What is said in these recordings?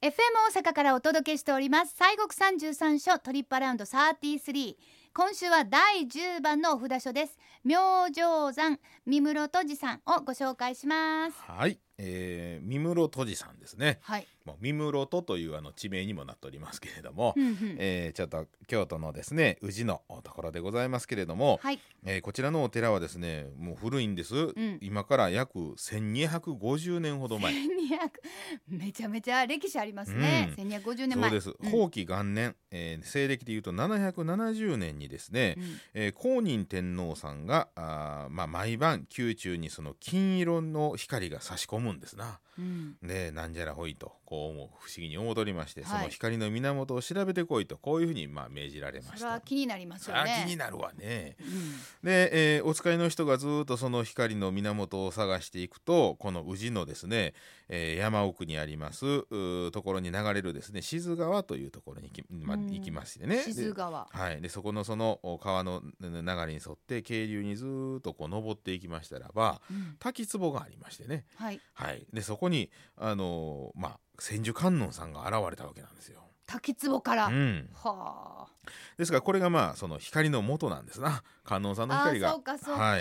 FM 大阪からお届けしております西国三十三所トリップアラウンド33今週は第10番のお札所です明星山三室とじさんをご紹介しますはい、えー、三室とじさんですね。はい、もう三室戸というあの地名にもなっておりますけれども、うんうんえーちょっと京都のですね宇治のところでございますけれども、はいえーこちらのお寺はですねもう古いんです、ん今から約1250年ほど前1200めちゃめちゃ歴史ありますね、1250年そう前です、ん後期元年、えー西暦でいうと770年にですね、うんえー公認天皇さんがあー、まあ、毎晩宮中にその金色の光が差し込むんですな。うんでなんじゃらほいとこう思う不思議に思うとりまして、はいその光の源を調べてこいとこういうふうにまあ命じられましそれはた。気になりますそよりゃね気になるわね。うんで、えーお使いの人がずーっとその光の源を探していくとこの宇治のですね、えー山奥にありますうーところに流れるですね静川というところに行き,、まあ、うん行きましてね。で静川はい、でそこのそのお川のぬぬ流れに沿って渓流にずーっとこう登っていきましたらばうん滝壺がありましてねはいはい、でそこにあのーまあ千手観音さんが現れたわけなんですよ。滝壺から、うん、はあですからこれがまあその光の元なんですな観音さんのあ光ーが。そうかそうか、は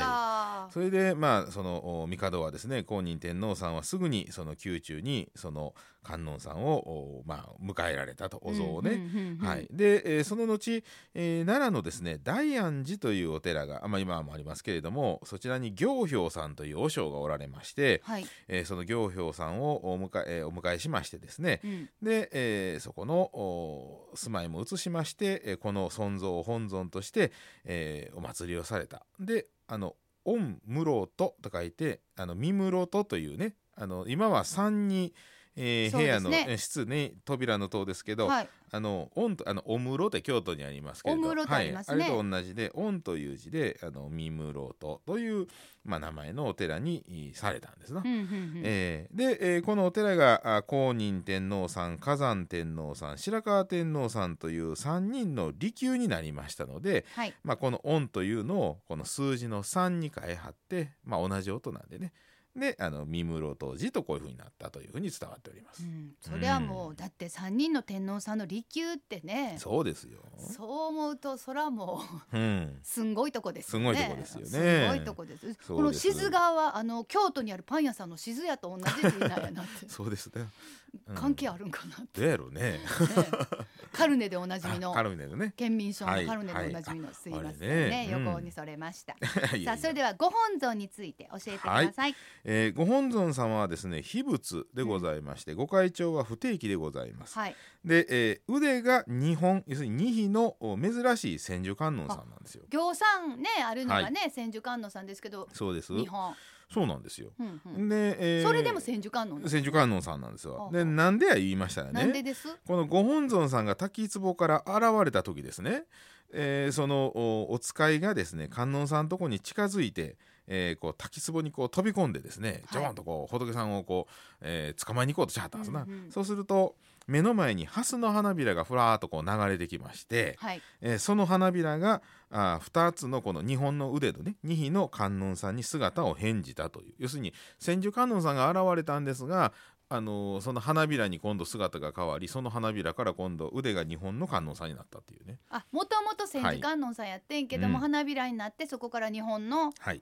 いそれでまあそのお帝はですね公認天皇さんはすぐにその宮中にその観音さんをおまあ迎えられたとお像をね、うんうんうんうんはい、で、えーその後、えー奈良のですね大安寺というお寺が、あまあ、今もありますけれどもそちらに行兵さんという和尚がおられまして、はい、えーその行兵さんをお迎ええーお迎えしましてですねうんで、えーそこのお住まいも移しまして、えーこの尊像を本尊として、えーお祭りをされたであの「御室戸」と書いて「あの三室戸」というねあの今は三に、えーそう部で屋すの、ねえー室に扉の塔ですけど、はい、あの御とあのお室って京都にありますけれどお室とありますねはい、あれと同じで御という字であの三室戸という、まあ、名前のお寺にえーされたんですな。うんうんうんえーで、えーこのお寺があ公認天皇さん火山天皇さん白河天皇さんという3人の利休になりましたので、はいまあ、この「御」というのをこの数字の3に変えはって、まあ、同じ音なんでねであの三室当時とこういうふうになったというふうに伝わっておりまうす。ん、そりゃもうだって三人の天皇さんの利休ってねそそうですよ、う思うとそらもう うんすんごいとこですよねすごいとこですよねすごいとこですすこの静川はあの京都にあるパン屋さんの静屋と同じ字なんやなってそうですね。うん 関係あるんかなって、どうやろうね。ね カルネでおなじみ のカルネの ね。県民賞はのいカルネでおなじみの、すいませんあねれねうん横にそれました、いさやあいそれやではご本尊について教えてください、えーご本尊様はですね、秘仏でございまして、ご会長は不定期でございます。はい、で、えー腕が2本、要するに2匹のお珍しい千手観音さんなんですよ。行さんねあるのがね、千手観音さんですけどそうです。日本、そうなんですよ。うんうんで、えーそれでも千手観音なんですね千手観音さんなんですほうほよ。うで、なんでや言いましたらなんでね。です、このご本尊さんが滝壺から現れた時ですね、えーそのおお使いがですね観音さんのとこに近づいて、えーこう滝壺にこう飛び込んでですねはいジョーンとこう仏さんをこう、えー捕まえに行こうとしはったんですな、うんうんそうすると目の前に蓮の花びらがふらーっとこう流れてきまして、はい、えーその花びらがあ2つのこの2本の腕のね2匹の観音さんに姿を変じたという要するに千手観音さんが現れたんですが、あのーその花びらに今度姿が変わりその花びらから今度腕が2本の観音さんになったっていうね。あもともと千手観音さんやってんけども、はい花びらになってそこから日本のはい、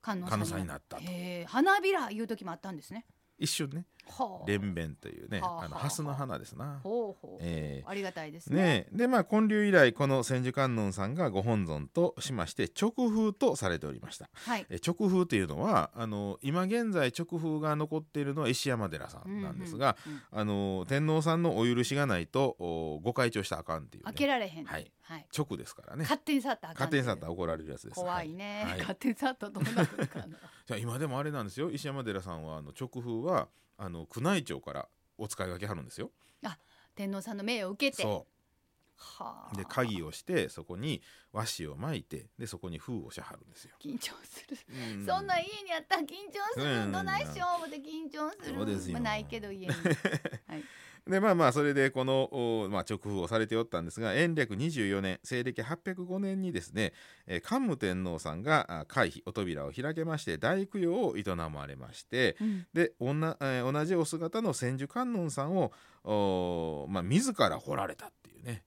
観音観さん音さんにっなったたとへえ花びらいう時もあったんですね一瞬ねほう蓮弁というねはああのはあはあ蓮の花ですな。ほうほう、えーありがたいですねねえでまあ建立以来この千手観音さんがご本尊としまして直風とされておりました。はいえ直風っていうのはあの今現在直風が残っているのは石山寺さんなんですが、、うんうんうんあの天皇さんのお許しがないとおご開帳したらあかんっていう、開けね、られへん、はいはい、直ですからね勝手に去ったらあかん勝っていう手に去ったら怒られるやつです怖いはね、はい勝手に去ったらどうなる かなじゃあ今でもあれなんですよ石山寺さんはあの直風はあの宮内庁からお使いがけはるんですよ天皇さんの命を受けてそはうあで鍵をしてそこに和紙を巻いてでそこに封をしはるんですよ、緊張するうそんなん家にあったら緊張すうんうんうるんどないしよう思って緊張するそうですよまあないけど家にはいでまあまあそれでこの、おまあ、直封をされておったんですが延暦24年西暦805年にですね、えー桓武天皇さんがあ回避お扉を開けまして大供養を営まれましてうんでおんな、えー同じお姿の千手観音さんをお、まあ、自ら彫られたっていうね、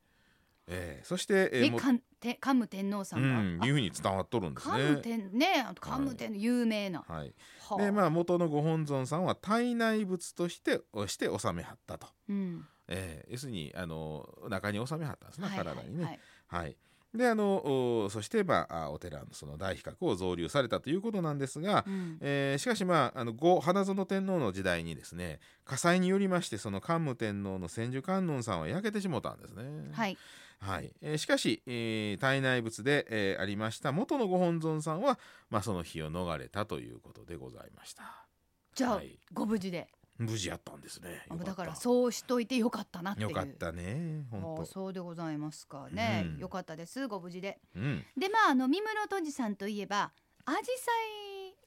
えーそして、 えーえ、もうかんて桓武天皇さうんんが。いあうふうに伝わっとるんです桓武ね。天ね、あの桓武天皇有名な。はい、はでまあ元のご本尊さんは体内仏としておして納めはったと、うんえー要するにあの中に納めはったんですね、はいはい体にね。ははいいであのおそして、まあ、あお寺のその大比較を造立されたということなんですが、うんえーしかしまああの後花園天皇の時代にですね火災によりましてその桓武天皇の千手観音さんは焼けてしもたんですね。はい。はいえーしかし、えー体内仏で、えーありました元のご本尊さんは、まあ、その日を逃れたということでございましたじゃあはいご無事で。無事やったんですねよっただからそうしといてよかったなっていう。よかったねああ本そうでございますかね、うんよかったですご無事で当うんでまああの三室とじさんといえばアジサ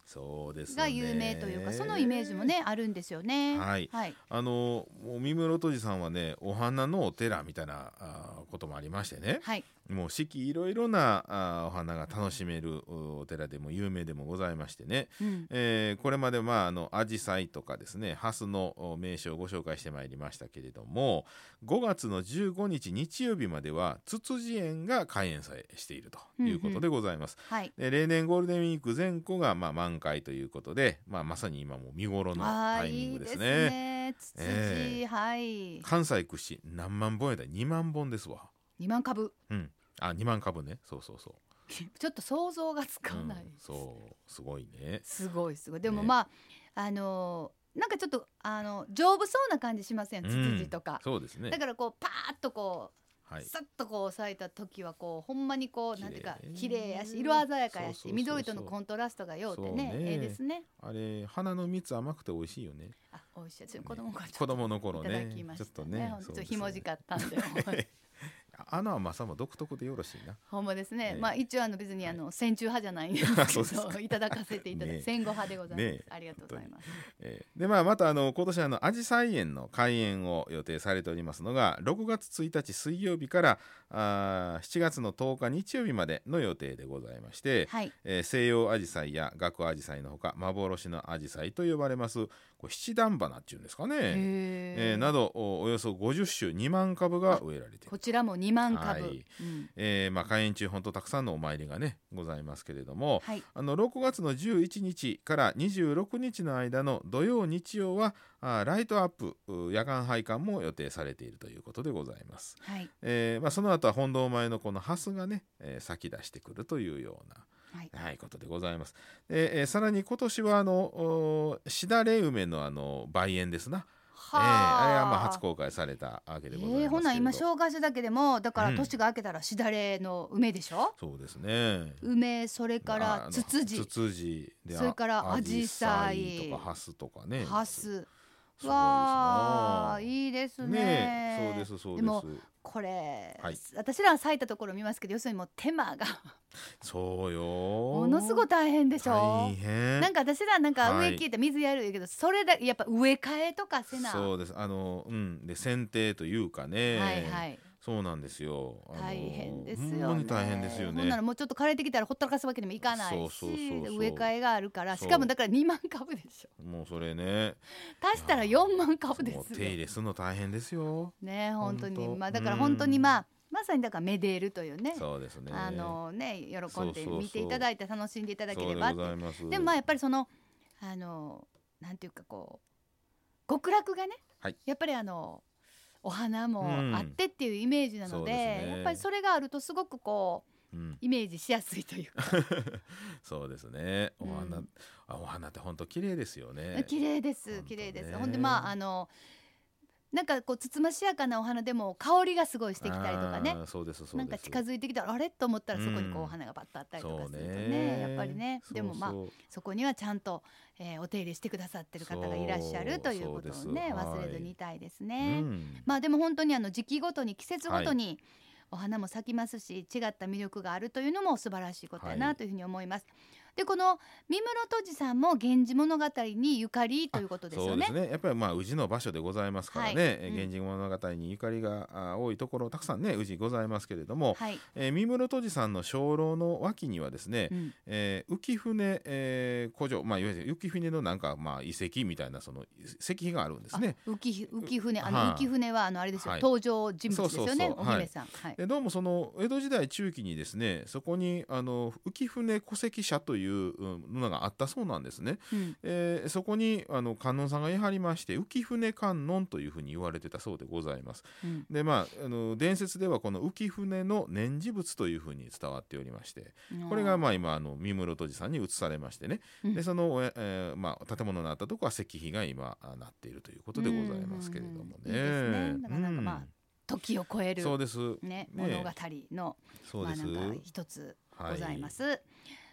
そうですイねが有名というかそのイメージもねあるんですよねはいはい、あのもう三室戸寺さんはねお花のお寺みたいなあーこともありましてねはいもう四季いろいろなあーお花が楽しめるうお寺でも有名でもございましてね、うんえーこれまでまああのアジサイとかですねハスのお名所をご紹介してまいりましたけれども5月の15日日曜日まではツツジ園が開園されしているということでございます。はいで例年ゴールデンウィーク前後がまあ満開ということで、まあ、まさに今もう見頃のああタイミンいいグでですすね。ねツツジ、ええはい関西屈指何万本やったら2万本ですわ。二万株 うん、あ2万株ねそうそうそう。ちょっと想像がつかうんない、そうすごいね。すごいすごいでもねまあ、あのーなんかちょっとあの丈夫そうな感じしませんツツジとか、そうですねだ。からこうパーッとこうはい。さっとこう咲いた時はこうほんまにこうなんていうか綺綺麗麗やし色鮮やかやそうそうそうそしう緑とのコントラストがようってねそうねええですねあれ花の蜜甘くて美味しいよね。あおいしいです子供がちょ子っと供の頃いただねきましちょったとねねほんとそうちょでっとすひもじかったんでほんま あの甘さも独特でよろしいな。ほんまですねねまあ一応あの別にあの戦中派じゃないんであす そけうですどかいただかせていただいねて戦後派でございまねすありがとうございますえーでまあまたあの今年あのアジサイ園の開園を予定されておりますのが6月1日水曜日からあー7月の10日日曜日までの予定でございまして、はいえー西洋アジサイや学アジサイのほか幻のアジサイと呼ばれますこれ七段花っていうんですかね、ええーなどおおよそ50種2万株が植えられているこちらも2万は株いうんえーまあ、開園中本当たくさんのお参りがねございますけれども、はいあの6月の11日から26日の間の土曜日曜はあーライトアップう夜間拝観も予定されているということでございます、はいえーまあ、その後は本堂前のこの蓮がね、えー咲き出してくるというようなはいはい、ことでございます。でえーさらに今年はあのおしだれ梅のあの梅園ですな。えーあれはまあ初公開されたわけでございますけれえど。ーほな今紹介しただけでもだからうん年が明けたらしだれの梅でしょ、そうですね。梅それかあらのツツジツツジでそれからあアジサイアジとかハスとかね。ハ。スすごいですなわあいいですねねえそうですそうでもでこれ、はい私らは咲いたところ見ますけど要するにもう手間がす。そうよ。ものすごい大変でしょ大変。なんか私らなんかは植いえ切って水やるけど、それだけやっぱ植え替えとかせなそうです。あのうんで剪定というかね。はいはいそうなんですよ。あの大変ですよ、ね、ほんまに大変ですよね。ほんならもうちょっと枯れてきたらほったらかすわけにもいかないしそうそうそうそう植え替えがあるからそしうかもだから2万株でしょもうそれね。足したら4万株でもうす手入よれするの大変ですよ。ね本当にほんとまあだから本当にまあうまさにだからメデールというねそうですね。あのね喜んでそうそうそう見ていただいて楽しんでいただければっそうでござています。でもまあやっぱりそのあのなんていうかこう極楽がね、はいやっぱりあのお花もうんあってっていうイメージなので,、そうですねやっぱりそれがあるとすごくこううん、イメージしやすいというか そうですね。お花、うんあお花って本当綺麗ですよね。綺麗です本当ね綺麗です、ほんでまああのなんかこうつつましやかなお花でも香りがすごいしてきたりとかねあー。そうですそうです。なんか近づづいてきたらあれと思ったらそこにこううんお花がバッとあったりとかするとね,、やっぱりねでもまあそうそこにはちゃんと、えーお手入れしてくださってる方がいらっしゃるということをそうそうでねすはい忘れずにいたいですうね。んまあでも本当にあの時期ごとに季節ごとにお花も咲きますし、違った魅力があるというのも素晴らしいことやはないというふうに思います。でこの三室戸次さんも「源氏物語」にゆかりということですそようでねす。ねやっぱりまあ宇治の場所でございますからね、はいえうん源氏物語にゆかりがあ多いところたくさんね宇治ございますけれども、はい、えー三室戸寺さんの鐘楼の脇にはですね、うんえー浮舟、えー古城、まあ、いわゆる浮舟のなんか、まあ、遺跡みたいなその石碑があるんですね。あ浮き浮舟あはのい浮舟はあのあれですよ、はい登場人物ですよねそうそうそうお姫さん、はいでどうもその江戸時代中期にですねそこにあの浮舟戸籍社といううんのがあったそうなんですね、うんえーそこにあの観音さんがやはりまして浮舟観音というふうに言われてたそうでございますうんでまああの伝説ではこの浮舟の念事物というふうに伝わっておりましてこれがまあ今あの三室戸寺さんに移されましてね、うんでその、おやえーまあ、建物のあったとこは石碑が今あなっているということでございますけれどもね。うんうんうんいいですねなかなかまあうん時を超えるそうですねね物語のそうまあです、なんか一つはございます、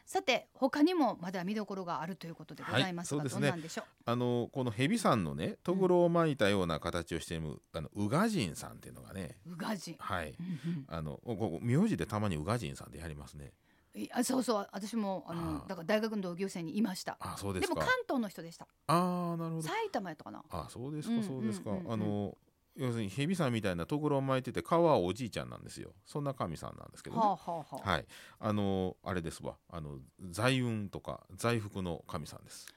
さて他にもまだ見どころがあるということでございますが、はいそうですどねうなんでしょあのこの蛇さんのねとぐろを巻いたような形をしている、あの宇賀神さんっていうのがねう宇賀神はいうんうんあのここ名字でたまに宇賀神さんってやりますねいあそうそう私もあのあーだから大学の同級生にいましたあそうでですもか関東の人でしたああなるほど埼玉やったかなあそうですうんかそうですか、うんうんうんあの要するに蛇さんみたいなとぐろを巻いてて皮はおじいちゃんなんですよそんな神さんなんですけどね、はあはあはあ、はい、あのあれですわ、あの財運とか財福の神さんです。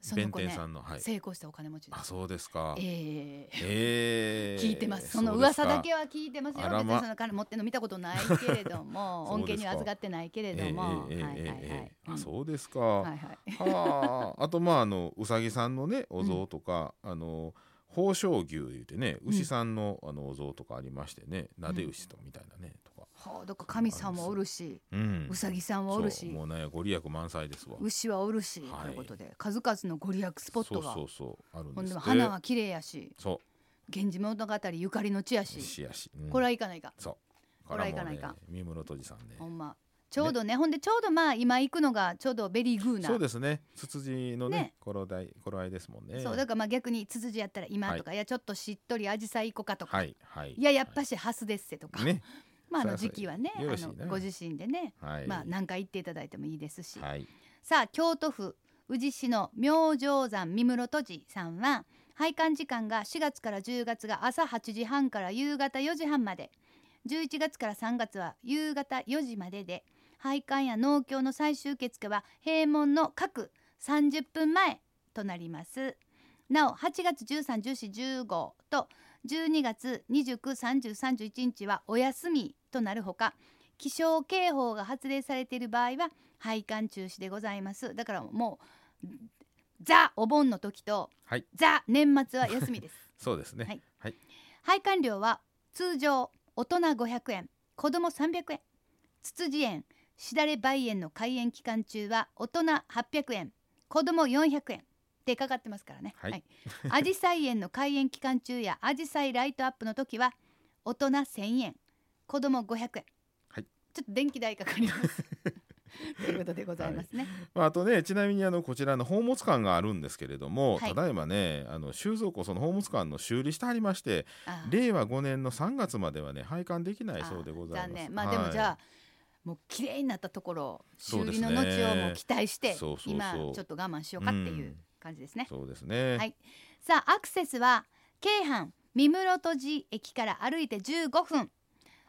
その弁子天ねさんの、はい。成功したお金持ちであ、すそうですか。えええー聞いてますその噂だけは。は聞いてますよあら別まにその金持ってんの見たことないけれども そ恩うで恵すかには預かってないけれども、えーえーはいえーえはいはーいえーあ、うんそうですか。はいはいはあ、あ とまああのうさぎさんのねお像とか、あの宝生牛言ってねん牛さんのあのお像とかありましてね、なで牛とみたいなねとか。はあ、だから神さんもおるし、うん。うさぎさんはおるしそうもうねご利益満載ですわ。牛はおるし、はいということで数々のご利益スポットがそうそうそうあるんほんで。ですも花は綺麗やしそう。源氏物語ゆかりの地やし、しやし。うんこれはいかないかそう。これはいかないかこれはもうね。三室戸寺さんねほ。んまちょうどねほんでちょうどまあ今行くのがちょうどベリーグーなそうですね。ツツジのねね、頃代頃合いですもんね。そうだからまあ逆にツツジやったら今とか、い、やちょっとしっとりアジサイ行こかとか、、はいいはい。ややっぱしハスですせとか、はいね。まああのそり時期はゃそうねあよろしいねのご自身でね、はい。まあ何回行っていただいてもいいですし、はい。さあ京都府宇治市の明星山三室戸寺さんは拝観時間が4月から10月が朝8時半から夕方4時半まで11月から3月は夕方4時までで拝観や農協の最終受付は閉門の各30分前となりますなお8月131415と12月293031日はお休みとなるほか気象警報が発令されている場合は拝観中止でございますだからもうザお盆の時と、はいザ年末は休みです そうですはいね。拝観料は通常大人500円子供300円つつじ園しだれ梅園の開園期間中は大人800円子供400円でかかってますからねはいアジサイ園の開園期間中やアジサイライトアップの時は大人1000円子供500円はいちょっと電気代かかります ということでございますね、まああとね、ちなみにあのこちらの宝物館があるんですけれども、はいただいまね、あの収蔵庫その宝物館の修理してありまして、あー令和5年の3月まではね拝観できないそうでございま残す。念まあでもじゃあ、はいもう綺麗になったところをそ修うで理すねの後をもう期待してそうそうそう今ちょっと我慢しようかっていううん感じですね、そうですね。はいさあアクセスは京阪三室戸寺駅から歩いて15分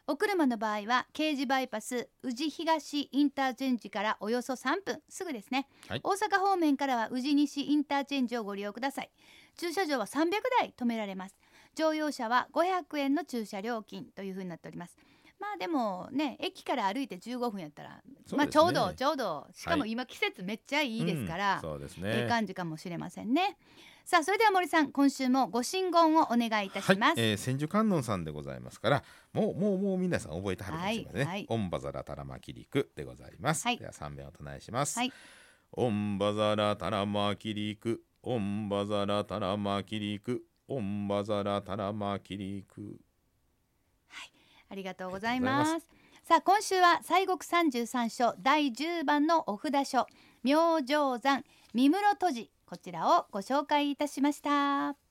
お車の場合は京事バイパス宇治東インターチェンジからおよそ3分すぐですね、はい大阪方面からは宇治西インターチェンジをご利用ください駐車場は300台止められます乗用車は500円の駐車料金というふうになっておりますまあでもね駅から歩いて15分やったら、そうまですねあちょうどちょうどしかもはい今季節めっちゃいいですから、うんそうですええね。感じかもしれませんね。さあそれでは森さん今週もご神言をお願いいたします。はい、えー、千手観音さんでございますから、もうもうもう皆さん覚えてはるかもしれませんね。はいはいオンバザラタラマキリクでございます。はいでは三遍お唱えします。はいオンバザラタラマキリク、オンバザラタラマキリク、オンバザラタラマキリク。ありがとうございまありがとうございす。さあ今週は西国三十三所第十番のお札書明星山三室戸寺こちらをご紹介いたしました。